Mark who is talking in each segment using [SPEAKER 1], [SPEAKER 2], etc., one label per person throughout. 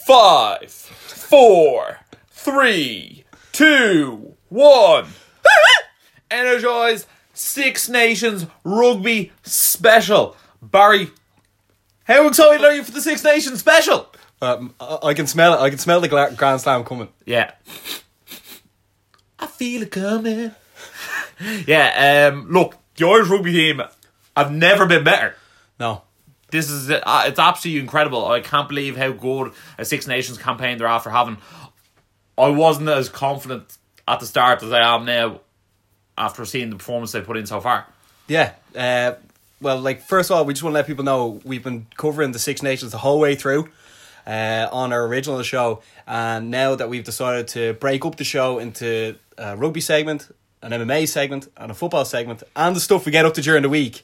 [SPEAKER 1] Five, four, three, two, one. Energized Six Nations Rugby Special. Barry, how excited are you for the Six Nations Special?
[SPEAKER 2] Um, I, I can smell it. I can smell the gla- Grand Slam coming.
[SPEAKER 1] Yeah. I feel it coming. yeah, um, look, the Irish rugby team have never been better.
[SPEAKER 2] No.
[SPEAKER 1] This is uh, it's absolutely incredible. I can't believe how good a Six Nations campaign they're after having. I wasn't as confident at the start as I am now after seeing the performance they put in so far.
[SPEAKER 2] Yeah. Uh, well, like first of all, we just want to let people know we've been covering the Six Nations the whole way through uh, on our original show, and now that we've decided to break up the show into a rugby segment, an MMA segment, and a football segment, and the stuff we get up to during the week,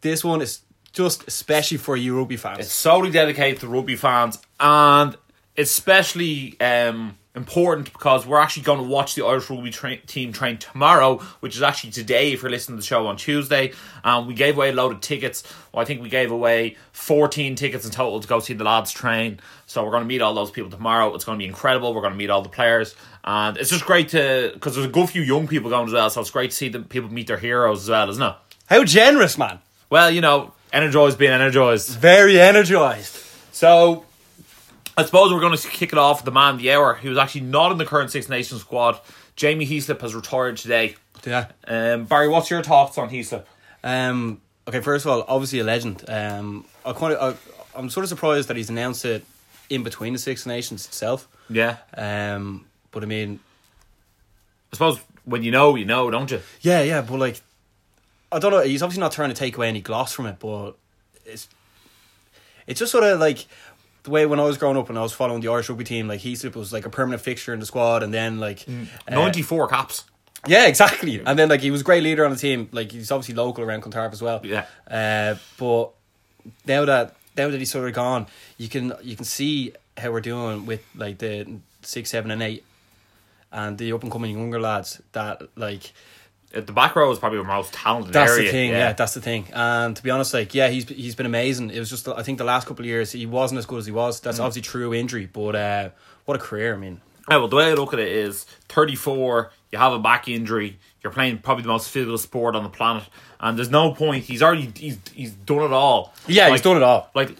[SPEAKER 2] this one is just especially for you rugby fans.
[SPEAKER 1] It's solely dedicated to rugby fans, and it's especially um, important because we're actually going to watch the Irish rugby tra- team train tomorrow, which is actually today if you're listening to the show on Tuesday. Um, we gave away a load of tickets. Well, I think we gave away 14 tickets in total to go see the lads train. So we're going to meet all those people tomorrow. It's going to be incredible. We're going to meet all the players. And it's just great to, because there's a good few young people going as well. So it's great to see the people meet their heroes as well, isn't it?
[SPEAKER 2] How generous, man!
[SPEAKER 1] Well, you know, energized being energized.
[SPEAKER 2] Very energized.
[SPEAKER 1] So, I suppose we're going to kick it off with the man of the hour, who's actually not in the current Six Nations squad. Jamie Heaslip has retired today.
[SPEAKER 2] Yeah.
[SPEAKER 1] Um, Barry, what's your thoughts on Heaslip?
[SPEAKER 2] Um. Okay. First of all, obviously a legend. Um. I kind of, I, I'm sort of surprised that he's announced it in between the Six Nations itself.
[SPEAKER 1] Yeah.
[SPEAKER 2] Um. But I mean,
[SPEAKER 1] I suppose when you know, you know, don't you?
[SPEAKER 2] yeah, yeah. But like, I don't know. He's obviously not trying to take away any gloss from it, but it's it's just sort of like the way when I was growing up and I was following the Irish rugby team. Like Heaslip was like a permanent fixture in the squad, and then like uh,
[SPEAKER 1] 94 caps.
[SPEAKER 2] Yeah, exactly. And then like he was a great leader on the team. Like he's obviously local around Clontarf as well.
[SPEAKER 1] Yeah.
[SPEAKER 2] Uh, but now that now that he's sort of gone, you can you can see how we're doing with like the six, seven, and eight, and the up and coming younger lads. That like
[SPEAKER 1] Uh, The back row is probably the most talented
[SPEAKER 2] that's
[SPEAKER 1] area.
[SPEAKER 2] the thing. Yeah. that's the thing. And to be honest, like yeah, he's he's been amazing. It was just I think the last couple of years he wasn't as good as he was. That's obviously true injury, but uh, what a career! I mean,
[SPEAKER 1] Yeah, Uh, well, the way I look at it is 34, you have a back injury, you're playing probably the most physical sport on the planet, and there's no point. He's already he's, he's done it all.
[SPEAKER 2] yeah, he's
[SPEAKER 1] Like,
[SPEAKER 2] done it all.
[SPEAKER 1] Like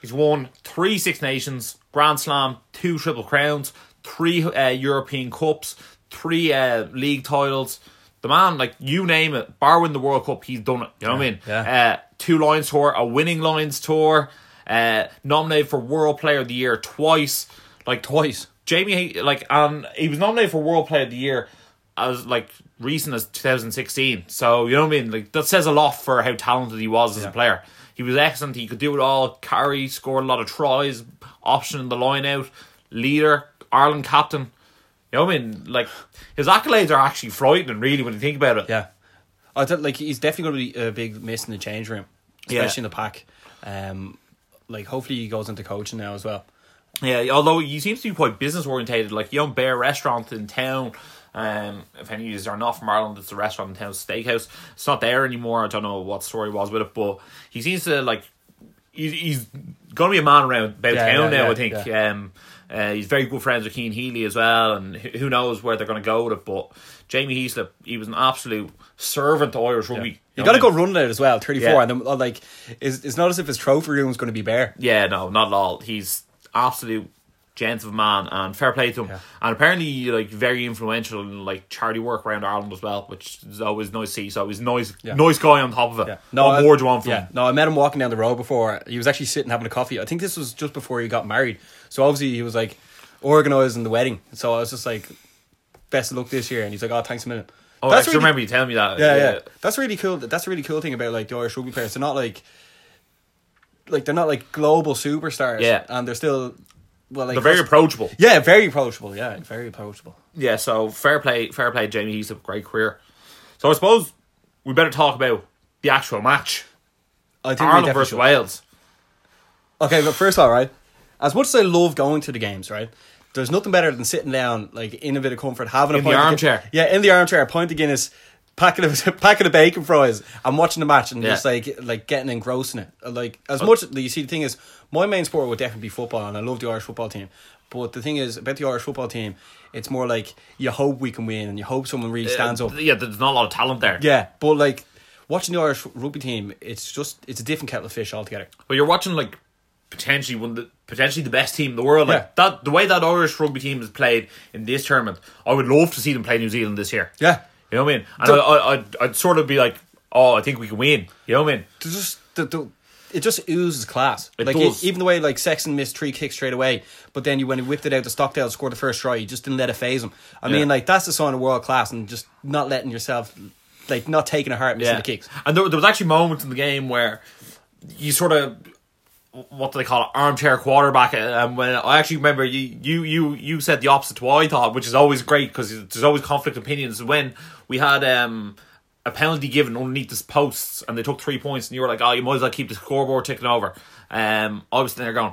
[SPEAKER 1] he's won three Six Nations, Grand Slam, two Triple Crowns, three uh, European Cups, three uh, league titles. The man, like you name it, bar win the World Cup, he's done it. You know what I mean?
[SPEAKER 2] yeah.
[SPEAKER 1] Uh, two Lions tour, a winning Lions tour, uh, nominated for World Player of the Year twice. Like
[SPEAKER 2] Twice.
[SPEAKER 1] Jamie, like, um, he was nominated for World Player of the Year as like recent as 2016. So you know what I mean. Like that says a lot for how talented he was as a player. He was excellent. He could do it all. Carry, scored a lot of tries, option in the line out, leader, Ireland captain. You know what I mean? Like his accolades are actually frightening, really, when you think about it.
[SPEAKER 2] Yeah, I thought like he's definitely going to be a big miss in the change room, especially
[SPEAKER 1] Yeah.
[SPEAKER 2] in the pack. Um, like hopefully he goes into coaching now as well.
[SPEAKER 1] Yeah, although he seems to be quite business orientated, like you own Bear Restaurant in town. Um, if any of you are not from Ireland, it's a restaurant in town, Steakhouse. It's not there anymore. I don't know what story was with it, but he seems to like he's, he's gonna be a man around about
[SPEAKER 2] Yeah,
[SPEAKER 1] town
[SPEAKER 2] yeah,
[SPEAKER 1] now.
[SPEAKER 2] yeah,
[SPEAKER 1] I think. Um, uh, he's very good friends with Keane Healy as well, and who who knows where they're gonna go with it. But Jamie Heaslip, he was an absolute servant to Irish rugby. know
[SPEAKER 2] You got
[SPEAKER 1] what
[SPEAKER 2] to
[SPEAKER 1] I
[SPEAKER 2] go
[SPEAKER 1] mean?
[SPEAKER 2] run it out as well. Thirty four,
[SPEAKER 1] Yeah.
[SPEAKER 2] and then, uh, like it's, it's not as if his trophy room is going to be bare.
[SPEAKER 1] Yeah, no, not at all. He's absolute gent of a man, and fair play to him. And apparently, like very influential in like charity work around Ireland as well, which is always nice to see. So he's nice, nice guy on top of it. No
[SPEAKER 2] I-
[SPEAKER 1] what more do you want from
[SPEAKER 2] yeah.
[SPEAKER 1] him?
[SPEAKER 2] No, I met him walking down the road before. He was actually sitting having a coffee. I think this was just before he got married. So obviously he was like organizing the wedding. So I was just like, best of luck this year. And he's like, oh, thanks a minute.
[SPEAKER 1] Oh, I actually
[SPEAKER 2] really-
[SPEAKER 1] remember you telling me that.
[SPEAKER 2] yeah, yeah. That's really cool. That's a really cool thing about like the Irish rugby players. They're not like, like they're not like global superstars.
[SPEAKER 1] Yeah.
[SPEAKER 2] and they're still, well, like
[SPEAKER 1] They're very approachable.
[SPEAKER 2] yeah, very approachable. Yeah, very approachable.
[SPEAKER 1] Yeah, so fair play, fair play, Jamie. He's a great career. So I suppose we better talk about the actual match,
[SPEAKER 2] I think we
[SPEAKER 1] Ireland
[SPEAKER 2] definitely
[SPEAKER 1] versus
[SPEAKER 2] should.
[SPEAKER 1] Wales.
[SPEAKER 2] Okay, but first, all right. As much as I love going to the games, right? There's nothing better than sitting down, like in a bit of comfort, having a
[SPEAKER 1] In the
[SPEAKER 2] pint of Guin-
[SPEAKER 1] armchair.
[SPEAKER 2] yeah, in the armchair, a pint of Guinness, packet of packet of bacon fries and watching the match and
[SPEAKER 1] Yeah.
[SPEAKER 2] just like like getting engrossed in it. Uh, Like as much you see, the thing is, my main sport would definitely be football, and I love the Irish football team. But the thing is about the Irish football team, it's more like you hope we can win and you hope someone
[SPEAKER 1] Uh,
[SPEAKER 2] really stands up.
[SPEAKER 1] Yeah, there's not a lot of talent there.
[SPEAKER 2] Yeah, but like watching the Irish rugby team, it's just it's a different kettle of fish altogether.
[SPEAKER 1] But you're watching like potentially one of the potentially the best team in the world. Like
[SPEAKER 2] Yeah.
[SPEAKER 1] that the way that Irish rugby team is played in this tournament, I would love to see them play New Zealand this year.
[SPEAKER 2] Yeah,
[SPEAKER 1] You know what I mean? And I, I, I'd, I'd sort of be like, oh, I think we can win. You know what I mean?
[SPEAKER 2] there's just the, the it just oozes class.
[SPEAKER 1] It
[SPEAKER 2] like
[SPEAKER 1] does.
[SPEAKER 2] e- even the way like Sexton missed three kicks straight away, but then you when he whipped it out to Stockdale to score the first try, you just didn't let it phase him. I
[SPEAKER 1] Yeah.
[SPEAKER 2] mean, like that's the sign of world class and just not letting yourself like not taking a heart missing the kicks.
[SPEAKER 1] And there, there was actually moments in the game where you sort of what do they call it armchair quarterback and when I actually remember you you you you said the opposite to what I thought which is always great because there's always conflict of opinions when we had um a penalty given underneath this posts and they took three points and you were like oh you might as well keep the scoreboard ticking over um I was sitting there going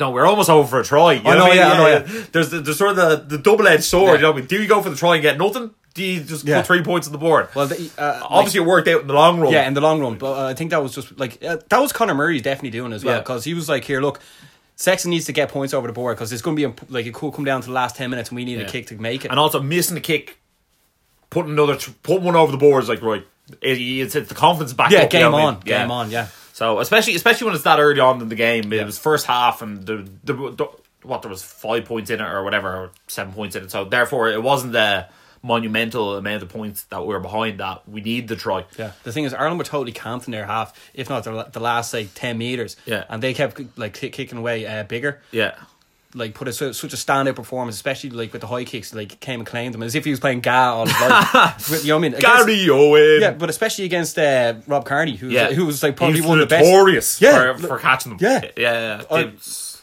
[SPEAKER 1] no, we're almost over for a try. You know,
[SPEAKER 2] I know,
[SPEAKER 1] what I mean?
[SPEAKER 2] yeah, I know,
[SPEAKER 1] There's the, there's sort of the, the double edged sword.
[SPEAKER 2] Yeah.
[SPEAKER 1] You know, what I mean? do you go for the try and get nothing? Do you just
[SPEAKER 2] Yeah.
[SPEAKER 1] put three points on the board?
[SPEAKER 2] Well, the, uh, like-
[SPEAKER 1] Obviously, it worked out in the long run.
[SPEAKER 2] Yeah, in the long run. But uh, I think that was just like uh, that was Conor Murray definitely doing as well
[SPEAKER 1] Yeah.
[SPEAKER 2] because he was like, here, look, Sexton needs to get points over the board because it's going to be a, like it could come down to the last ten minutes and we need
[SPEAKER 1] Yeah.
[SPEAKER 2] a kick to make it.
[SPEAKER 1] and also missing the kick, putting another, putting one over the board is like right. It, it's, it's the confidence back.
[SPEAKER 2] yeah,
[SPEAKER 1] up, you know
[SPEAKER 2] game
[SPEAKER 1] what I
[SPEAKER 2] on,
[SPEAKER 1] mean?
[SPEAKER 2] game on, yeah.
[SPEAKER 1] So especially especially when it's that early on in the game, it was first half and the, the, the what there was five points in it or whatever, or seven points in it. So therefore, it wasn't the monumental amount of points that we were behind. That we need the try.
[SPEAKER 2] Yeah, the thing is, Ireland were totally camped in their half, if not the, the last like ten meters.
[SPEAKER 1] Yeah.
[SPEAKER 2] and they kept like kick- kicking away uh, bigger.
[SPEAKER 1] yeah.
[SPEAKER 2] Like put a, su- such a standout performance, especially like with the high kicks. Like came and claimed them as if he was playing Ga all his life. With- you know what I mean? Against-
[SPEAKER 1] Gary Owen.
[SPEAKER 2] Yeah, but especially against uh, Rob Carney, who
[SPEAKER 1] Yeah,
[SPEAKER 2] who was like probably
[SPEAKER 1] He was
[SPEAKER 2] one of the best.
[SPEAKER 1] notorious
[SPEAKER 2] Yeah,
[SPEAKER 1] for, for catching them.
[SPEAKER 2] yeah.
[SPEAKER 1] yeah. yeah.
[SPEAKER 2] I-
[SPEAKER 1] It's-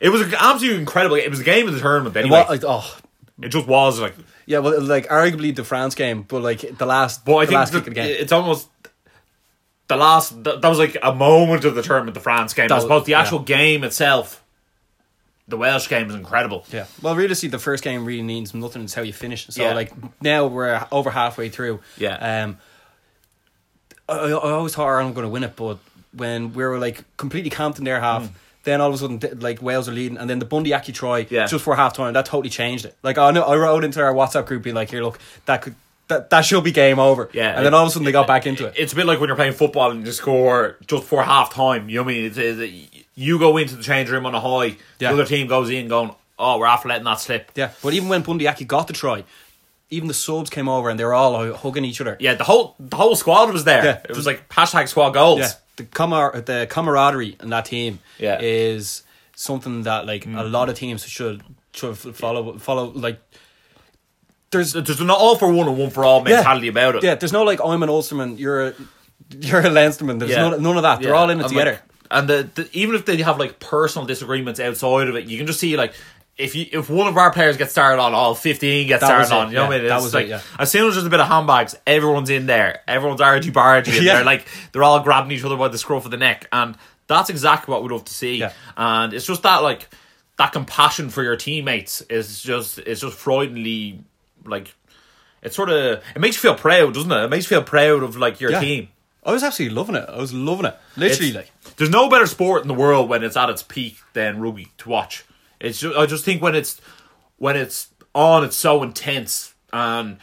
[SPEAKER 1] it was absolutely incredible. It was a game of the tournament. Anyway,
[SPEAKER 2] Well, like, oh,
[SPEAKER 1] it just was like.
[SPEAKER 2] Yeah, well, like arguably the France game, but like the last,
[SPEAKER 1] But I
[SPEAKER 2] the
[SPEAKER 1] think
[SPEAKER 2] last
[SPEAKER 1] the-
[SPEAKER 2] kick of the game.
[SPEAKER 1] it's almost the last. That, that was like a moment of the tournament, the France game. I
[SPEAKER 2] That-
[SPEAKER 1] suppose the
[SPEAKER 2] yeah.
[SPEAKER 1] actual game itself, the Welsh game, is incredible.
[SPEAKER 2] yeah. Well, realistically, the first game really means nothing. It's how you finish. So
[SPEAKER 1] Yeah.
[SPEAKER 2] like now we're over halfway through.
[SPEAKER 1] Yeah.
[SPEAKER 2] Um. I, I I always thought Ireland were going to win it, but when we were like completely camped in their half.
[SPEAKER 1] Mm.
[SPEAKER 2] Then all of a sudden, th- like Wales are leading, and then the Bundyaki try
[SPEAKER 1] Yeah.
[SPEAKER 2] just for half time that totally changed it. Like I know, I wrote into our WhatsApp group, being like, "Here, look, that could that, that should be game over."
[SPEAKER 1] Yeah,
[SPEAKER 2] and then all of a sudden they got back into it.
[SPEAKER 1] It's a bit like when you're playing football and you score just before half time. You know what I mean? It's, it's- you go into the change room on a high.
[SPEAKER 2] Yeah.
[SPEAKER 1] The other team goes in going, "Oh, we're after letting that slip."
[SPEAKER 2] Yeah, but even when Bundyaki got the try, even the subs came over and they were all hu- hugging each other.
[SPEAKER 1] Yeah, the whole the whole squad was there.
[SPEAKER 2] Yeah.
[SPEAKER 1] It was like hashtag squad goals.
[SPEAKER 2] Yeah, the camar- the camaraderie in that team
[SPEAKER 1] Yeah. Mm.
[SPEAKER 2] is something that like a lot of teams should should f- follow follow like. There's
[SPEAKER 1] There's an all for one and one for all mentality about it.
[SPEAKER 2] Yeah, there's no like I'm an Ulsterman, you're a, you're a Leinsterman. There's
[SPEAKER 1] Yeah.
[SPEAKER 2] no, none of that. They're
[SPEAKER 1] Yeah.
[SPEAKER 2] all in it
[SPEAKER 1] And,
[SPEAKER 2] together.
[SPEAKER 1] like, and the, the even if they have like personal disagreements outside of it, you can just see like if you if one of our players gets started on, all fifteen gets
[SPEAKER 2] That was
[SPEAKER 1] started on.
[SPEAKER 2] it,
[SPEAKER 1] You know what I
[SPEAKER 2] yeah,
[SPEAKER 1] mean?
[SPEAKER 2] that
[SPEAKER 1] It's
[SPEAKER 2] was
[SPEAKER 1] like
[SPEAKER 2] it, yeah.
[SPEAKER 1] as soon as there's a bit of handbags, everyone's in there. Everyone's argy bargy. and
[SPEAKER 2] Yeah.
[SPEAKER 1] They're like they're all grabbing each other by the scruff of the neck, and that's exactly what we love to see.
[SPEAKER 2] Yeah.
[SPEAKER 1] And it's just that like that compassion for your teammates is just it's just frighteningly like. It sort of it makes you feel proud, doesn't it? It makes you feel proud of like your
[SPEAKER 2] Yeah.
[SPEAKER 1] team.
[SPEAKER 2] I was absolutely loving it. I was loving it. Literally, like
[SPEAKER 1] There's no better sport in the world when it's at its peak than rugby to watch. It's just, I just think when it's when it's on, it's so intense and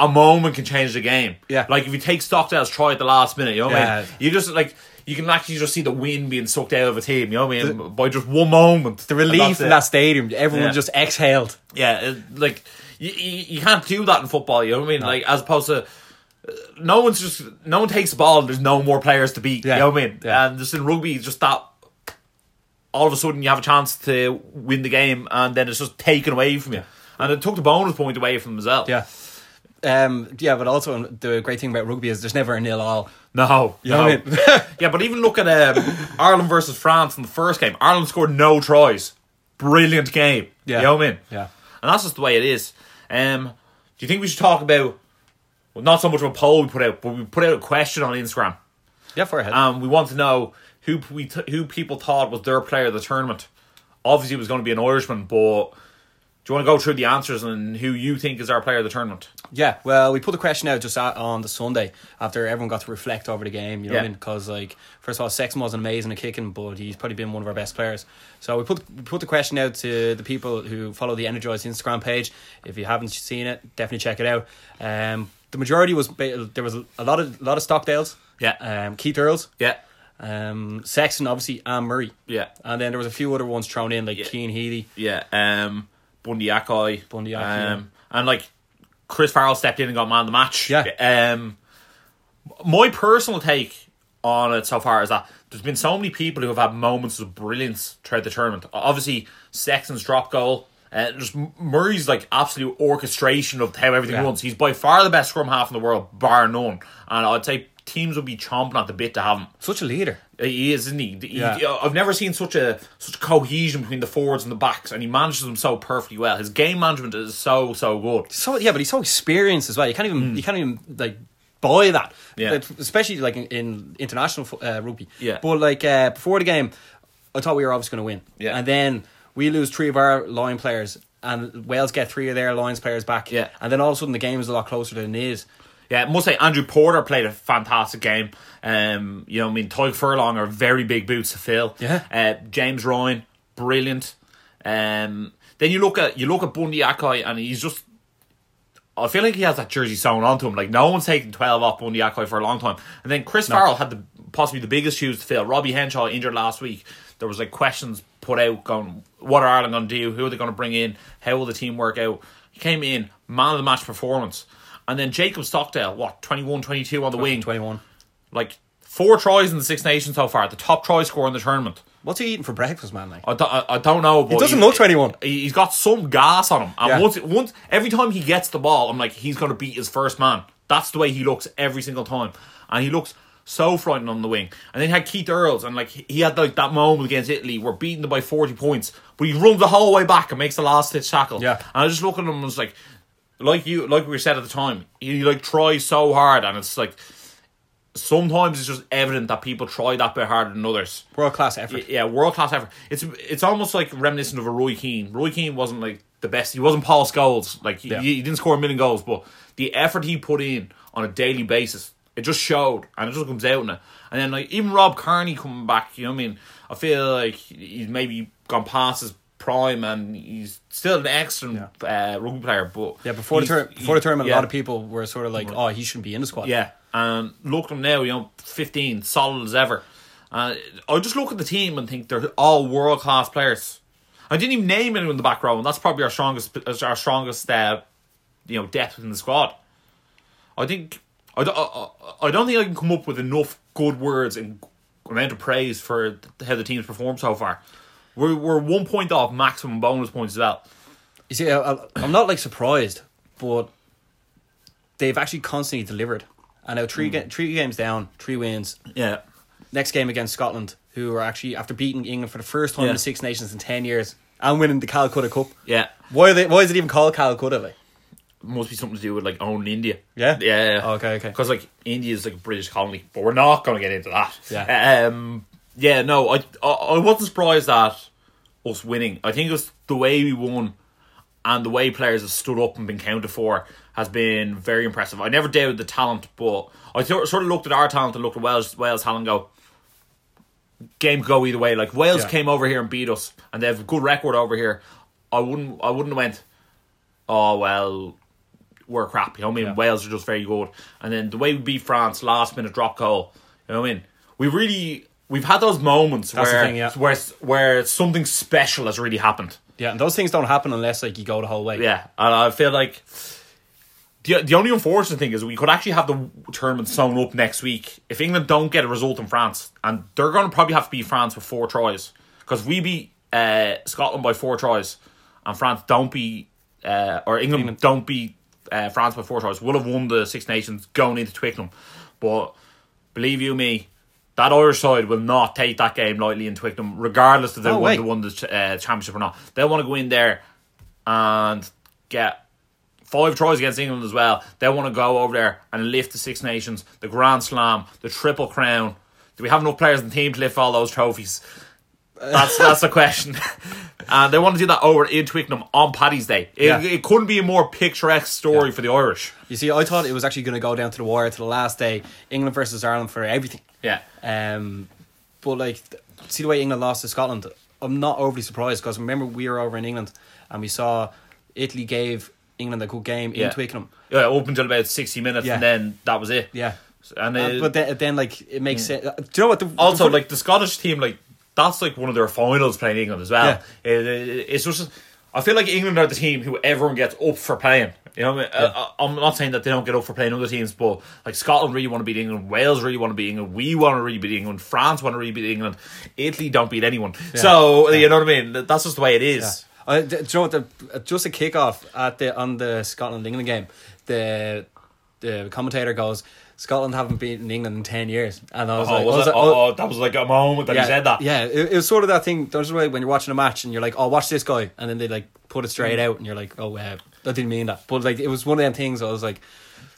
[SPEAKER 1] a moment can change the game.
[SPEAKER 2] Yeah.
[SPEAKER 1] like if you take Stockdale's try at the last minute, you know what I
[SPEAKER 2] Yeah.
[SPEAKER 1] mean. You just like you can actually just see the wind being sucked out of a team. You know what I mean by just one moment.
[SPEAKER 2] the relief in that stadium, everyone
[SPEAKER 1] Yeah.
[SPEAKER 2] just exhaled.
[SPEAKER 1] Yeah, it, like you, you, you can't do that in football. You know what I mean? Like as opposed to. uh, No one's just no one takes the ball. and There's no more players to beat.
[SPEAKER 2] Yeah,
[SPEAKER 1] You know what I mean?
[SPEAKER 2] yeah.
[SPEAKER 1] And just in rugby, it's just that all of a sudden you have a chance to win the game, and then it's just taken away from you. And it took the bonus point away from them as well.
[SPEAKER 2] Yeah. Um, yeah, but also the great thing about rugby is there's never a nil all.
[SPEAKER 1] No,
[SPEAKER 2] know
[SPEAKER 1] no.
[SPEAKER 2] what I mean?
[SPEAKER 1] yeah, but even look at um, Ireland versus France in the first game. Ireland scored no tries. Brilliant game.
[SPEAKER 2] Yeah.
[SPEAKER 1] You know what I mean?
[SPEAKER 2] Yeah.
[SPEAKER 1] And that's just the way it is. Um, do you think we should talk about, well, not so much of a poll we put out, but we put out a question on Instagram.
[SPEAKER 2] Yeah, for ahead.
[SPEAKER 1] Um, we want to know who p- we th- who people thought was their player of the tournament. Obviously, it was going to be an Irishman, but Do you want to go through the answers and who you think is our player of the tournament?
[SPEAKER 2] Yeah, well, we put the question out just out on the Sunday after everyone got to reflect over the game. You know what I
[SPEAKER 1] Yeah.
[SPEAKER 2] mean? Because like, first of all, Sexton wasn't amazing at kicking, but he's probably been one of our best players. So we put we put the question out to the people who follow the Energized Instagram page. If you haven't seen it, definitely check it out. Um, the majority was ba- there was a lot of lot of Stockdales,
[SPEAKER 1] Yeah.
[SPEAKER 2] um, Keith Earls,
[SPEAKER 1] Yeah.
[SPEAKER 2] um, Sexton, obviously, and Murray,
[SPEAKER 1] Yeah.
[SPEAKER 2] and then there was a few other ones thrown in like Keane Healy.
[SPEAKER 1] Yeah. Um, Bundy Akoi.
[SPEAKER 2] Bundy Akoi,
[SPEAKER 1] Um, and like Chris Farrell stepped in and got man of the match.
[SPEAKER 2] Yeah.
[SPEAKER 1] Um, my personal take on it so far is that there's been so many people who have had moments of brilliance throughout the tournament. Obviously, Sexton's drop goal. Uh, just M- Murray's like absolute orchestration of how everything
[SPEAKER 2] Yeah.
[SPEAKER 1] runs. He's by far the best scrum half in the world, bar none. And I'd say teams would be chomping at the bit to have him.
[SPEAKER 2] Such a leader.
[SPEAKER 1] He is, isn't he? He-
[SPEAKER 2] Yeah.
[SPEAKER 1] I've never seen such a such cohesion between the forwards and the backs, and he manages them so perfectly well. His game management is so so good.
[SPEAKER 2] so yeah, but he's so experienced as well. You can't even you can't even like buy that.
[SPEAKER 1] Mm. Yeah.
[SPEAKER 2] Like, especially like in, in international fo- uh, rugby.
[SPEAKER 1] Yeah.
[SPEAKER 2] But like uh, before the game, I thought we were obviously going to win.
[SPEAKER 1] Yeah.
[SPEAKER 2] And then we lose three of our line players, and Wales get three of their lines players back.
[SPEAKER 1] Yeah.
[SPEAKER 2] And then all of a sudden the game is a lot closer than it is.
[SPEAKER 1] Yeah, I must say Andrew Porter played a fantastic game. Um, you know, I mean, Tyke Furlong are very big boots to fill.
[SPEAKER 2] Yeah.
[SPEAKER 1] Uh, James Ryan, brilliant. Um, then you look at you look at Bundy Akai, and he's just. I feel like he has that jersey sewn onto him. Like no one's taken twelve off Bundy Akai for a long time. And then Chris Farrell had the possibly the biggest shoes to fill. Robbie Henshaw injured last week. There was like questions put out going, what are Ireland going to do? Who are they going to bring in? How will the team work out? He came in man of the match performance. And then Jacob Stockdale, what 21, 22 on the wing,
[SPEAKER 2] Twenty one.
[SPEAKER 1] like four tries in the Six Nations so far, the top try scorer in the tournament.
[SPEAKER 2] What's he eating for breakfast, man? Like
[SPEAKER 1] I don't, I, I don't know. But he
[SPEAKER 2] doesn't look 21.
[SPEAKER 1] He, he's got some gas on him, and
[SPEAKER 2] Yeah.
[SPEAKER 1] once, once every time he gets the ball, I'm like, he's gonna beat his first man. That's the way he looks every single time, and he looks so frightened on the wing. And then he had Keith Earls, and like he had like that moment against Italy, we're beating them by 40 points, but he runs the whole way back and makes the last ditch tackle.
[SPEAKER 2] Yeah.
[SPEAKER 1] and I just look at him and was like, like you, like we said at the time, he like tries so hard, and it's like. Sometimes it's just evident that people try that bit harder than others.
[SPEAKER 2] world class effort.
[SPEAKER 1] Yeah, world class effort. It's it's almost like reminiscent of a Roy Keane. Roy Keane wasn't like the best. He wasn't Paul Scholes. Like he,
[SPEAKER 2] Yeah.
[SPEAKER 1] he didn't score a million goals, but the effort he put in on a daily basis, it just showed, and it just comes out in it. And then like even Rob Carney coming back, you know what I mean? I feel like he's maybe gone past his prime, and he's still an excellent uh, rugby player. But
[SPEAKER 2] Yeah, before the
[SPEAKER 1] he's-
[SPEAKER 2] tour- before the
[SPEAKER 1] he-
[SPEAKER 2] tournament, a
[SPEAKER 1] yeah.
[SPEAKER 2] lot of people were sort of like, "Oh, he shouldn't be in the squad."
[SPEAKER 1] Yeah, and look at them now. You know, fifteen, solid as ever. Uh, I just look at the team and think they're all world class players. I didn't even name anyone in the back row, and that's probably our strongest, our strongest, uh, you know, depth in the squad. I think I don't, I, I- I don't think I can come up with enough good words and amount of praise for how the team's performed so far. We're we're one point off maximum bonus points as well.
[SPEAKER 2] You see, I, I- I'm not like surprised, but they've actually constantly delivered. And now
[SPEAKER 1] Hmm.
[SPEAKER 2] three ga- three games down, three wins.
[SPEAKER 1] Yeah,
[SPEAKER 2] Next game against Scotland, who are actually after beating England for the first time in
[SPEAKER 1] Yeah.
[SPEAKER 2] the Six Nations in ten years and winning the Calcutta Cup.
[SPEAKER 1] yeah.
[SPEAKER 2] Why are they? Why is it even called Calcutta? Like,
[SPEAKER 1] must be something to do with like owning India.
[SPEAKER 2] Yeah?
[SPEAKER 1] yeah.
[SPEAKER 2] Okay, okay.
[SPEAKER 1] Because like India is like a British colony, but we're not going to get into that.
[SPEAKER 2] Yeah.
[SPEAKER 1] Um. Yeah. No. I, I I wasn't surprised at us winning. I think it was the way we won, and the way players have stood up and been counted for has been very impressive. I never doubted the talent, but I sort sort of looked at our talent and looked at Wales Wales talent and go. Game could go either way. Like Wales
[SPEAKER 2] Yeah.
[SPEAKER 1] came over here and beat us, and they have a good record over here. I wouldn't. I wouldn't have went. Oh well, were crap. You know what I mean? Wales are just very good. And then the way we beat France, last minute drop goal. You know what I mean? We really we've had those moments
[SPEAKER 2] That's the
[SPEAKER 1] where
[SPEAKER 2] thing, yeah.
[SPEAKER 1] where where something special has really happened.
[SPEAKER 2] yeah, and those things don't happen unless like you go the whole way.
[SPEAKER 1] Yeah, and I feel like the the only unfortunate thing is we could actually have the tournament sewn up next week if England don't get a result in France, and they're going to probably have to beat France with four tries because we beat uh, Scotland by four tries, and France don't beat uh, or England, don't beat uh, France by four tries. We'll have won the Six Nations going into Twickenham, but believe you me. That Irish side will not take that game lightly in Twickenham, regardless if they
[SPEAKER 2] No
[SPEAKER 1] won
[SPEAKER 2] way.
[SPEAKER 1] the won the uh, championship or not. They want to go in there and get five tries against England as well. They want to go over there and lift the Six Nations, the Grand Slam, the Triple Crown. Do we have enough players in the team to lift all those trophies? That's that's the question. and they want to do that over in Twickenham on Paddy's Day. It,
[SPEAKER 2] Yeah.
[SPEAKER 1] it couldn't be a more picturesque story for the Irish.
[SPEAKER 2] You see, I thought it was actually going to go down to the wire to the last day, England versus Ireland for everything.
[SPEAKER 1] Yeah.
[SPEAKER 2] Um, but like, th- see the way England lost to Scotland. I'm not overly surprised because remember we were over in England and we saw Italy gave England a good game
[SPEAKER 1] Yeah.
[SPEAKER 2] in Twickenham.
[SPEAKER 1] Yeah, up until about 60 minutes,
[SPEAKER 2] Yeah.
[SPEAKER 1] and then that was it.
[SPEAKER 2] Yeah,
[SPEAKER 1] And,
[SPEAKER 2] Uh,
[SPEAKER 1] it,
[SPEAKER 2] but then, then like it makes sense. uh, Do you know what? The, the
[SPEAKER 1] also
[SPEAKER 2] funny-
[SPEAKER 1] like the Scottish team like that's like one of their finals playing England as well.
[SPEAKER 2] Yeah.
[SPEAKER 1] It- it- it's just I feel like England are the team who everyone gets up for playing. You know, what I mean? I, I, am not saying that they don't get up for playing other teams, but like Scotland really want to beat England, Wales really want to beat England, we want to really beat England, France want to really beat England, Italy don't beat anyone. So you know what I mean? That- That's just the way it is.
[SPEAKER 2] Uh, d- do you know what? The, uh, just a kick off at the on the Scotland England game, the the commentator goes, "Scotland haven't beaten England in ten years," and I was
[SPEAKER 1] Oh,
[SPEAKER 2] like, I
[SPEAKER 1] was
[SPEAKER 2] was
[SPEAKER 1] it?
[SPEAKER 2] like,
[SPEAKER 1] oh, oh, that was like a moment that
[SPEAKER 2] yeah,
[SPEAKER 1] he said that.
[SPEAKER 2] Yeah, it, it was sort of that thing. There's a way when you're watching a match and you're like, "Oh, watch this guy," and then they like put it straight
[SPEAKER 1] Mm.
[SPEAKER 2] out, and you're like, "Oh, uh, that didn't mean that." But like, it was one of them things. I was like.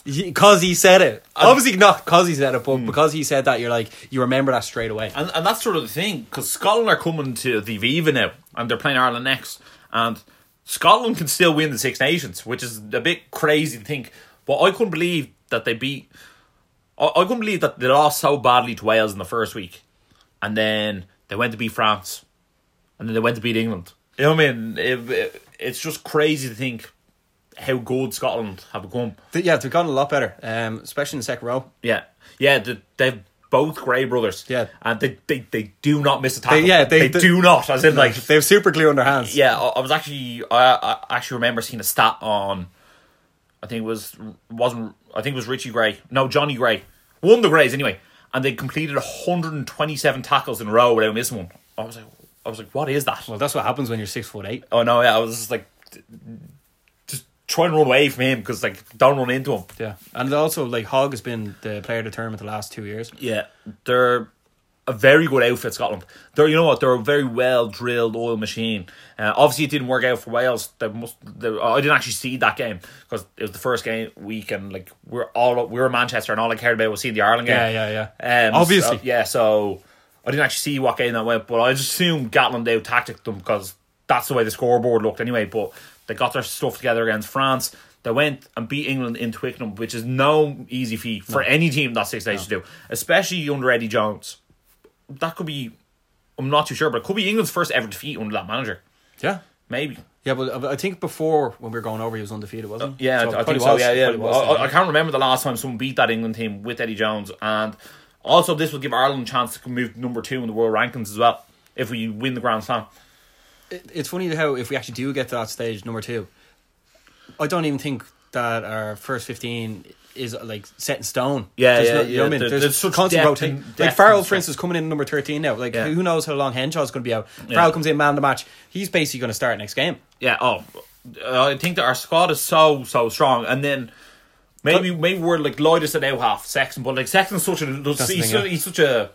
[SPEAKER 2] Because he said it, obviously not because he said it,
[SPEAKER 1] Mm.
[SPEAKER 2] but because he said that, you're like you remember that straight away.
[SPEAKER 1] And, and that's sort of the thing because Scotland are coming to the Viva now, and they're playing Ireland next. And Scotland can still win the Six Nations, which is a bit crazy to think. But I couldn't believe that they beat. I, I couldn't believe that they lost so badly to Wales in the first week, and then they went to beat France, and then they went to beat England. You know what I mean? It, it- it's just crazy to think how good Scotland have become.
[SPEAKER 2] Th- yeah, they've gotten a lot better, um, especially in the second row.
[SPEAKER 1] Yeah, yeah, they, they've both Grey brothers.
[SPEAKER 2] Yeah.
[SPEAKER 1] and they, they, they do not miss a tackle.
[SPEAKER 2] yeah,
[SPEAKER 1] they,
[SPEAKER 2] they- they-
[SPEAKER 1] do not. As in, like,
[SPEAKER 2] They have super glue on their hands.
[SPEAKER 1] yeah, I, I was actually I, I actually remember seeing a stat on, I think it was wasn't I think it was Richie Gray, no Johnny Gray, won the Greys anyway, and they completed 127 tackles in a row without missing one. I was like, I was like, what is that?
[SPEAKER 2] Well, that's what happens when you're six foot eight.
[SPEAKER 1] Oh no, yeah, I was just like, just try and run away from him because like don't run into him.
[SPEAKER 2] Yeah, and also like Hogg has been the player of the tournament the last two years.
[SPEAKER 1] Yeah, they're a very good outfit, Scotland. They're you know what? They're a very well drilled oil machine. Uh, obviously, it didn't work out for Wales. They must. They, I didn't actually see that game because it was the first game week, and like we're all we were in Manchester, and all I cared about was seeing the Ireland game. Uh,
[SPEAKER 2] Yeah, yeah, yeah. Obviously.
[SPEAKER 1] Um, so- yeah. So I didn't actually see what game that went, but I just assumed Gatland out tactic them because that's the way the scoreboard looked anyway. But they got their stuff together against France. They went and beat England in Twickenham, which is no easy feat for any team that Six Nations to do, especially under Eddie Jones. That could be, I'm not too sure, but it could be England's first ever defeat under that manager.
[SPEAKER 2] Yeah,
[SPEAKER 1] Maybe.
[SPEAKER 2] yeah, but uh, I think before when we were going over, he was undefeated, wasn't he?
[SPEAKER 1] Yeah,
[SPEAKER 2] So
[SPEAKER 1] I
[SPEAKER 2] probably
[SPEAKER 1] think so.
[SPEAKER 2] was-
[SPEAKER 1] Yeah, yeah.
[SPEAKER 2] probably was
[SPEAKER 1] I,
[SPEAKER 2] then.
[SPEAKER 1] I- I can't remember the last time someone beat that England team with Eddie Jones, and also this will give Ireland a chance to move to number two in the world rankings as well if we win the Grand Slam.
[SPEAKER 2] It- it's funny how if we actually do get to that stage, number two, I don't even think that our first fifteen is like set in stone.
[SPEAKER 1] Yeah,
[SPEAKER 2] There's
[SPEAKER 1] yeah,
[SPEAKER 2] no- you know
[SPEAKER 1] yeah.
[SPEAKER 2] what I mean?
[SPEAKER 1] There-
[SPEAKER 2] There's,
[SPEAKER 1] there's such
[SPEAKER 2] constant
[SPEAKER 1] depth
[SPEAKER 2] rotation.
[SPEAKER 1] and-
[SPEAKER 2] Like
[SPEAKER 1] depth
[SPEAKER 2] Farrell,
[SPEAKER 1] and
[SPEAKER 2] for instance, is coming in number thirteen now. Like
[SPEAKER 1] Yeah.
[SPEAKER 2] who knows how long Henshaw's going to be out?
[SPEAKER 1] Yeah.
[SPEAKER 2] Farrell comes in, man, of the match. He's basically going to start next game.
[SPEAKER 1] Yeah. Oh, uh, I think that our squad is so so strong, and then. Maybe maybe we're like Lloydus at out half Sexton, but like Sexton's such a he's,
[SPEAKER 2] the thing,
[SPEAKER 1] so-
[SPEAKER 2] yeah.
[SPEAKER 1] he's such a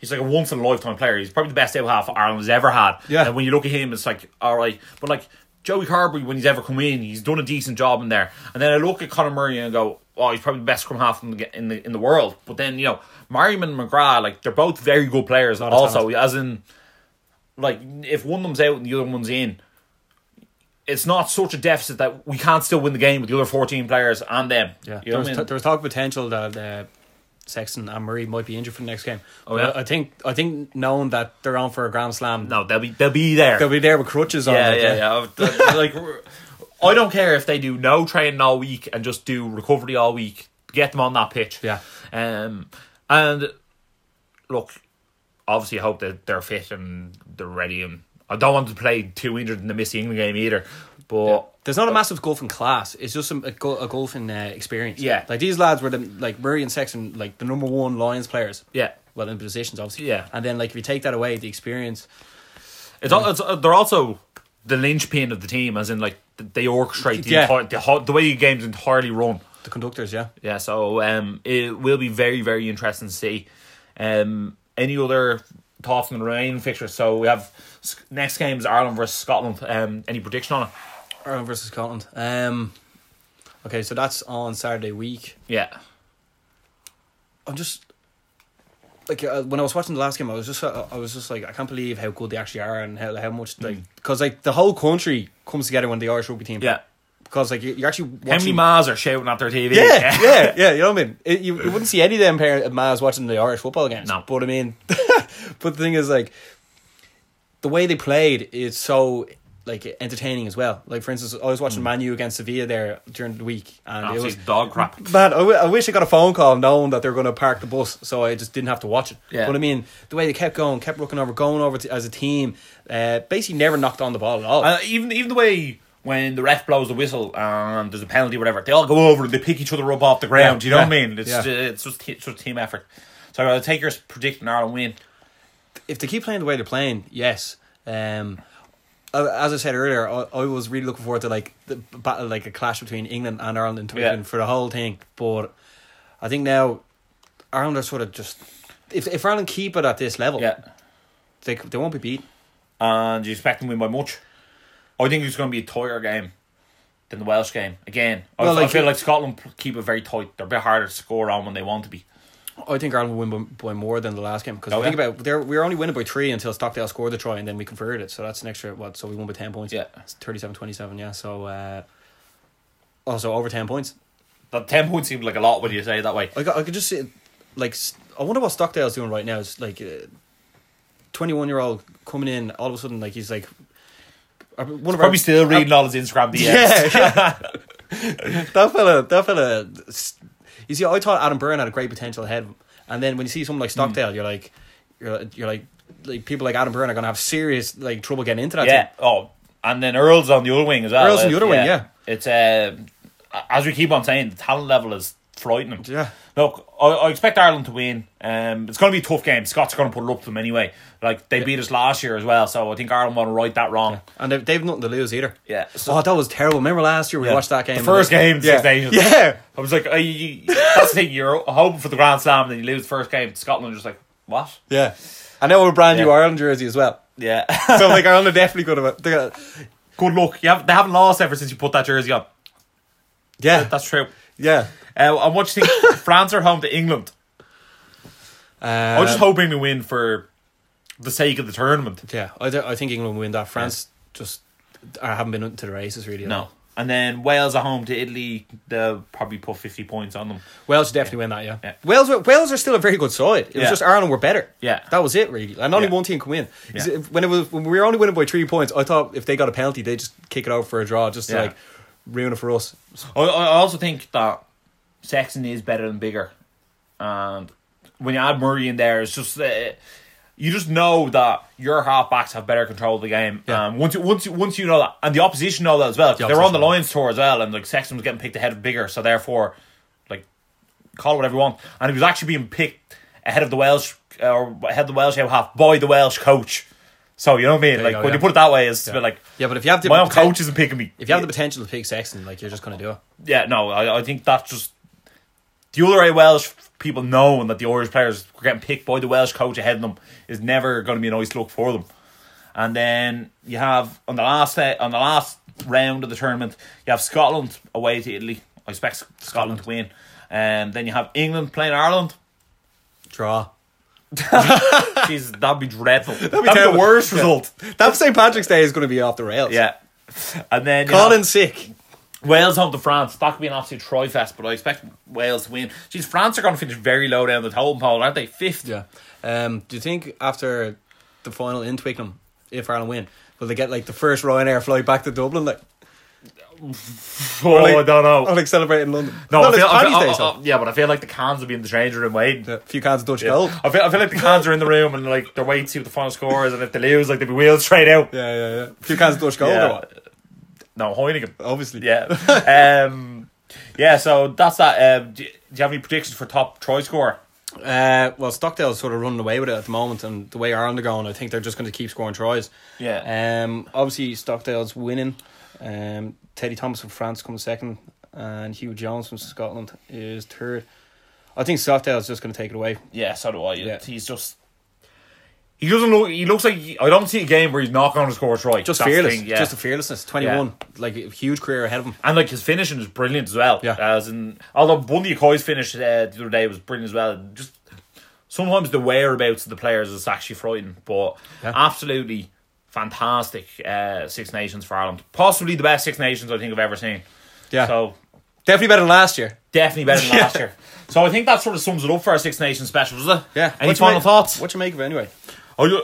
[SPEAKER 1] he's like a once in a lifetime player. He's probably the best out half Ireland has ever had.
[SPEAKER 2] Yeah.
[SPEAKER 1] And when you look at him, it's like all right, but like Joey Carbery when he's ever come in, he's done a decent job in there. And then I look at Conor Murray and go, oh, he's probably the best scrum half in the in the, in the world. But then you know, Merriman and McGrath, like they're both very good players.
[SPEAKER 2] of
[SPEAKER 1] Also, as in like if one of them's out and the other one's in, it's not such a deficit that we can't still win the game with the other fourteen players and them.
[SPEAKER 2] Yeah,
[SPEAKER 1] you
[SPEAKER 2] there,
[SPEAKER 1] know
[SPEAKER 2] was
[SPEAKER 1] what I
[SPEAKER 2] t-
[SPEAKER 1] mean?
[SPEAKER 2] there was talk of potential that uh, Sexton and Murray might be injured for the next game. Oh,
[SPEAKER 1] yeah?
[SPEAKER 2] I think I think knowing that they're on for a grand slam,
[SPEAKER 1] no, they'll be they'll be there.
[SPEAKER 2] they'll be there with crutches on.
[SPEAKER 1] yeah,
[SPEAKER 2] like,
[SPEAKER 1] yeah, yeah. I've- like I don't care if they do no training all week and just do recovery all week. Get them on that pitch.
[SPEAKER 2] Yeah.
[SPEAKER 1] Um, and look, obviously, I hope that they're fit and they're ready. And I don't want to play too injured in the missing England game either. But
[SPEAKER 2] There's not a massive golf in class. It's just some, a, go- a golf in uh, experience.
[SPEAKER 1] Yeah.
[SPEAKER 2] like these lads were the like Murray and Sexton, like the number one Lions players.
[SPEAKER 1] yeah,
[SPEAKER 2] Well, in positions, obviously.
[SPEAKER 1] Yeah.
[SPEAKER 2] And then, like, if you take that away, the experience.
[SPEAKER 1] It's, al- it's uh, they're also the linchpin of the team, as in like th- they orchestrate the
[SPEAKER 2] Yeah.
[SPEAKER 1] entire the, ho- the way the game's entirely run.
[SPEAKER 2] The conductors, yeah.
[SPEAKER 1] Yeah, so um, it will be very very interesting to see. Um, any other thoughts on the remaining fixtures? So we have s- next game is Ireland versus Scotland. Um, any prediction on it?
[SPEAKER 2] Ireland versus Scotland. Um, okay, so that's on Saturday week.
[SPEAKER 1] Yeah,
[SPEAKER 2] I'm just like uh, when I was watching the last game, I was just uh, I was just like I can't believe how good they actually are and how how much like because like the whole country comes together when the Irish rugby team
[SPEAKER 1] Hmm. Yeah.
[SPEAKER 2] because like you- you're actually
[SPEAKER 1] How many
[SPEAKER 2] watching
[SPEAKER 1] Mars are shouting at their TV?
[SPEAKER 2] yeah yeah yeah you know what I mean it, you, you wouldn't see any of them parent Maz watching the Irish football games
[SPEAKER 1] No.
[SPEAKER 2] but I mean but the thing is like the way they played is so like entertaining as well like for instance I was
[SPEAKER 1] Mm.
[SPEAKER 2] watching Manu against Sevilla there during the week and it was
[SPEAKER 1] Absolute dog crap.
[SPEAKER 2] Man, I, w- I wish I got a phone call knowing that they were going to park the bus, so I just didn't have to watch it.
[SPEAKER 1] Yeah.
[SPEAKER 2] But I mean, the way they kept going, kept looking over, going over t as a team, uh, basically never knocked on the ball at all.
[SPEAKER 1] Uh, even even the way when the ref blows the whistle and there's a penalty, or whatever, they all go over and they pick each other up off the ground.
[SPEAKER 2] Yeah,
[SPEAKER 1] you know what
[SPEAKER 2] yeah,
[SPEAKER 1] I mean? It's
[SPEAKER 2] yeah.
[SPEAKER 1] ju- it's just it's just team effort. So uh, I'll take your prediction. Ireland win.
[SPEAKER 2] if they keep playing the way they're playing, yes. Um, uh, as I said earlier, I, I was really looking forward to like the battle, like a clash between England and Ireland in
[SPEAKER 1] Yeah.
[SPEAKER 2] England for the whole thing. But I think now Ireland are sort of just if if Ireland keep it at this level,
[SPEAKER 1] Yeah,
[SPEAKER 2] they c- they won't be beat.
[SPEAKER 1] and you expect them to win by much. I think it's going to be a tighter game than the Welsh game again. I,
[SPEAKER 2] Well,
[SPEAKER 1] I
[SPEAKER 2] like-
[SPEAKER 1] feel like Scotland p- keep it very tight. They're a bit harder to score on when they want to be.
[SPEAKER 2] I think Ireland will win by, by more than the last game because
[SPEAKER 1] Oh,
[SPEAKER 2] think
[SPEAKER 1] yeah.
[SPEAKER 2] about there we were only winning by three until Stockdale scored the try and then we converted it. So that's an extra what? So we won by ten points.
[SPEAKER 1] Yeah.
[SPEAKER 2] it's 37-27, Yeah, so uh, also over ten points.
[SPEAKER 1] That ten points seems like a lot when you say it that way.
[SPEAKER 2] I got, I could just see, it, like s- I wonder what Stockdale's doing right now. It's like twenty one year old coming in all of a sudden like he's like uh, one of
[SPEAKER 1] Probably
[SPEAKER 2] our,
[SPEAKER 1] still reading all his Instagram DMs.
[SPEAKER 2] yeah, yeah. that fella, that fella. s- You see, I thought Adam Byrne had a great potential ahead, of him. and then when you see someone like
[SPEAKER 1] Hmm.
[SPEAKER 2] Stockdale, you're like, you're you're like, like people like Adam Byrne are gonna have serious like trouble getting into that.
[SPEAKER 1] Yeah.
[SPEAKER 2] team.
[SPEAKER 1] Oh, and then Earl's on the other wing as well.
[SPEAKER 2] Earl's on the
[SPEAKER 1] Uh,
[SPEAKER 2] other wing, yeah.
[SPEAKER 1] It's uh, as we keep on saying, the talent level is frightening.
[SPEAKER 2] Yeah.
[SPEAKER 1] Look, I, I expect Ireland to win. Um, it's going to be a tough game. Scots are going to put it up to them anyway. Like they beat us last year as well, so I think Ireland want to right that wrong.
[SPEAKER 2] and they've, they've nothing to lose either.
[SPEAKER 1] Yeah, so-
[SPEAKER 2] oh, that was terrible. Remember last year we
[SPEAKER 1] Yeah.
[SPEAKER 2] watched that game.
[SPEAKER 1] The first game,
[SPEAKER 2] yeah.
[SPEAKER 1] Six Nations.
[SPEAKER 2] Yeah,
[SPEAKER 1] I was like, I, you- that's the thing. You're hoping for the Grand Slam, and then you lose the first game. Scotland are just like, what?
[SPEAKER 2] yeah. And now we're a brand new
[SPEAKER 1] Yeah.
[SPEAKER 2] Ireland jersey as well.
[SPEAKER 1] Yeah.
[SPEAKER 2] So like Ireland are definitely good about. they're gonna-
[SPEAKER 1] Good luck. You have, they haven't lost ever since you put that jersey on.
[SPEAKER 2] Yeah,
[SPEAKER 1] That's true.
[SPEAKER 2] yeah.
[SPEAKER 1] Uh, and what do you think? France are home to England. I
[SPEAKER 2] Uh,
[SPEAKER 1] was just hoping we win for the sake of the tournament.
[SPEAKER 2] yeah, I, th- I think England will win that. France just I haven't been to the races really.
[SPEAKER 1] No. And then Wales are home to Italy. They'll probably put 50 points on them.
[SPEAKER 2] Wales should definitely win that, yeah.
[SPEAKER 1] Yeah.
[SPEAKER 2] Wales were, Wales are still a very good side. It was
[SPEAKER 1] Yeah.
[SPEAKER 2] just Ireland were better.
[SPEAKER 1] Yeah.
[SPEAKER 2] That was it really. And only
[SPEAKER 1] Yeah.
[SPEAKER 2] one team can win. You
[SPEAKER 1] Yeah.
[SPEAKER 2] see, if- When it was when we were only winning by three points, I thought if they got a penalty they'd just kick it out for a draw just to
[SPEAKER 1] Yeah.
[SPEAKER 2] like ruin it for us.
[SPEAKER 1] I, I also think that Sexton is better than Bigger. And when you add Murray in there, it's just. Uh, you just know that your halfbacks have better control of the game.
[SPEAKER 2] Yeah.
[SPEAKER 1] Um, once you once you once you know that, and the opposition know that as well. They're on
[SPEAKER 2] opposition
[SPEAKER 1] the
[SPEAKER 2] know.
[SPEAKER 1] Lions tour as well, and like Sexton was getting picked ahead of Bigger, so therefore, like call it whatever you want. And he was actually being picked ahead of the Welsh uh, or ahead of the Welsh half by the Welsh coach. So you know what I mean?
[SPEAKER 2] you
[SPEAKER 1] like
[SPEAKER 2] go,
[SPEAKER 1] when
[SPEAKER 2] yeah.
[SPEAKER 1] you put it that way, it's
[SPEAKER 2] Yeah.
[SPEAKER 1] a bit like
[SPEAKER 2] Yeah, but if you have the
[SPEAKER 1] my own
[SPEAKER 2] poten-
[SPEAKER 1] coach isn't picking me.
[SPEAKER 2] if you have the potential to pick Sexton, like you're just gonna do it.
[SPEAKER 1] yeah, no, I, I think that's just the other way Welsh people knowing that the Irish players were getting picked by the Welsh coach ahead of them is never going to be a nice look for them. And then you have on the last uh, on the last round of the tournament, you have Scotland away to Italy. I expect Sc- Scotland, to win. And then you have England playing Ireland.
[SPEAKER 2] Draw.
[SPEAKER 1] Jeez, that'd be dreadful. that'd be,
[SPEAKER 2] terrible.
[SPEAKER 1] the worst
[SPEAKER 2] Yeah.
[SPEAKER 1] result.
[SPEAKER 2] That St. Patrick's Day is gonna be off the rails.
[SPEAKER 1] Yeah. And then you
[SPEAKER 2] Colin
[SPEAKER 1] have
[SPEAKER 2] sick.
[SPEAKER 1] Wales home to France. That could be an absolute try fest, but I expect Wales to win. Jeez, France are going to finish very low down the totem pole, aren't they? Fifth.
[SPEAKER 2] Yeah. Um, do you think after the final in Twickenham, if Ireland win, will they get like the first Ryanair flight back to Dublin? Like,
[SPEAKER 1] Oh,
[SPEAKER 2] like,
[SPEAKER 1] I don't know.
[SPEAKER 2] Or like celebrate in London?
[SPEAKER 1] no, I
[SPEAKER 2] it's
[SPEAKER 1] feel, I feel,
[SPEAKER 2] Paddy's
[SPEAKER 1] I-
[SPEAKER 2] Day,
[SPEAKER 1] I-
[SPEAKER 2] so.
[SPEAKER 1] I- yeah, but I feel like the cans will be in the change room waiting.
[SPEAKER 2] A few cans of Dutch
[SPEAKER 1] Yeah.
[SPEAKER 2] gold.
[SPEAKER 1] I feel, I feel like the cans are in the room and like they're waiting to see what the final score is, and if they lose, like they'll be wheeled straight out.
[SPEAKER 2] Yeah, yeah, yeah. A few cans of Dutch gold.
[SPEAKER 1] Yeah.
[SPEAKER 2] Or what?
[SPEAKER 1] No, Heineken.
[SPEAKER 2] Obviously.
[SPEAKER 1] Yeah. um, yeah. So that's that. Um, do, you, do you have any predictions for top try scorer?
[SPEAKER 2] Uh, well, Stockdale's sort of running away with it at the moment, and the way Ireland are going, I think they're just going to keep scoring tries.
[SPEAKER 1] Yeah.
[SPEAKER 2] Um. Obviously, Stockdale's winning. Um. Teddy Thomas from France comes second, and Hugh Jones from Scotland is third. I think Stockdale's just going to take it away.
[SPEAKER 1] Yeah. So do I.
[SPEAKER 2] Yeah.
[SPEAKER 1] He's just. He doesn't look. He looks like he- I don't see a game where he's not going to score a try.
[SPEAKER 2] just
[SPEAKER 1] That's the
[SPEAKER 2] fearless,
[SPEAKER 1] thing, yeah.
[SPEAKER 2] just a fearlessness. Twenty one, like a huge career ahead of him.
[SPEAKER 1] And like his finishing is brilliant as well.
[SPEAKER 2] Yeah.
[SPEAKER 1] As in, although Bundy Koi's finish uh, the other day was brilliant as well. Just sometimes the whereabouts of the players is actually frightening, but absolutely fantastic uh, Six Nations for Ireland. Possibly the best Six Nations I think I've ever seen.
[SPEAKER 2] Yeah.
[SPEAKER 1] So
[SPEAKER 2] Definitely better than last year.
[SPEAKER 1] definitely better than last year. So I think that sort of sums it up for our Six Nations special, does it?
[SPEAKER 2] Yeah.
[SPEAKER 1] Any
[SPEAKER 2] What you
[SPEAKER 1] final
[SPEAKER 2] make-
[SPEAKER 1] thoughts?
[SPEAKER 2] What you make of it anyway?
[SPEAKER 1] Are you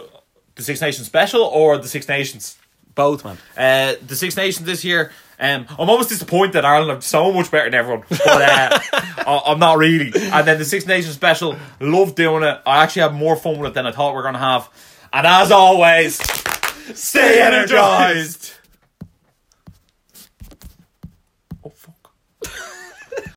[SPEAKER 1] the Six Nations special or the Six Nations?
[SPEAKER 2] Both, man.
[SPEAKER 1] Uh, the Six Nations this year. Um, I'm almost disappointed that Ireland are so much better than everyone, but uh, I- I'm not really. And then the Six Nations special, love doing it. I actually had more fun with it than I thought we were going to have. And as always, stay energized.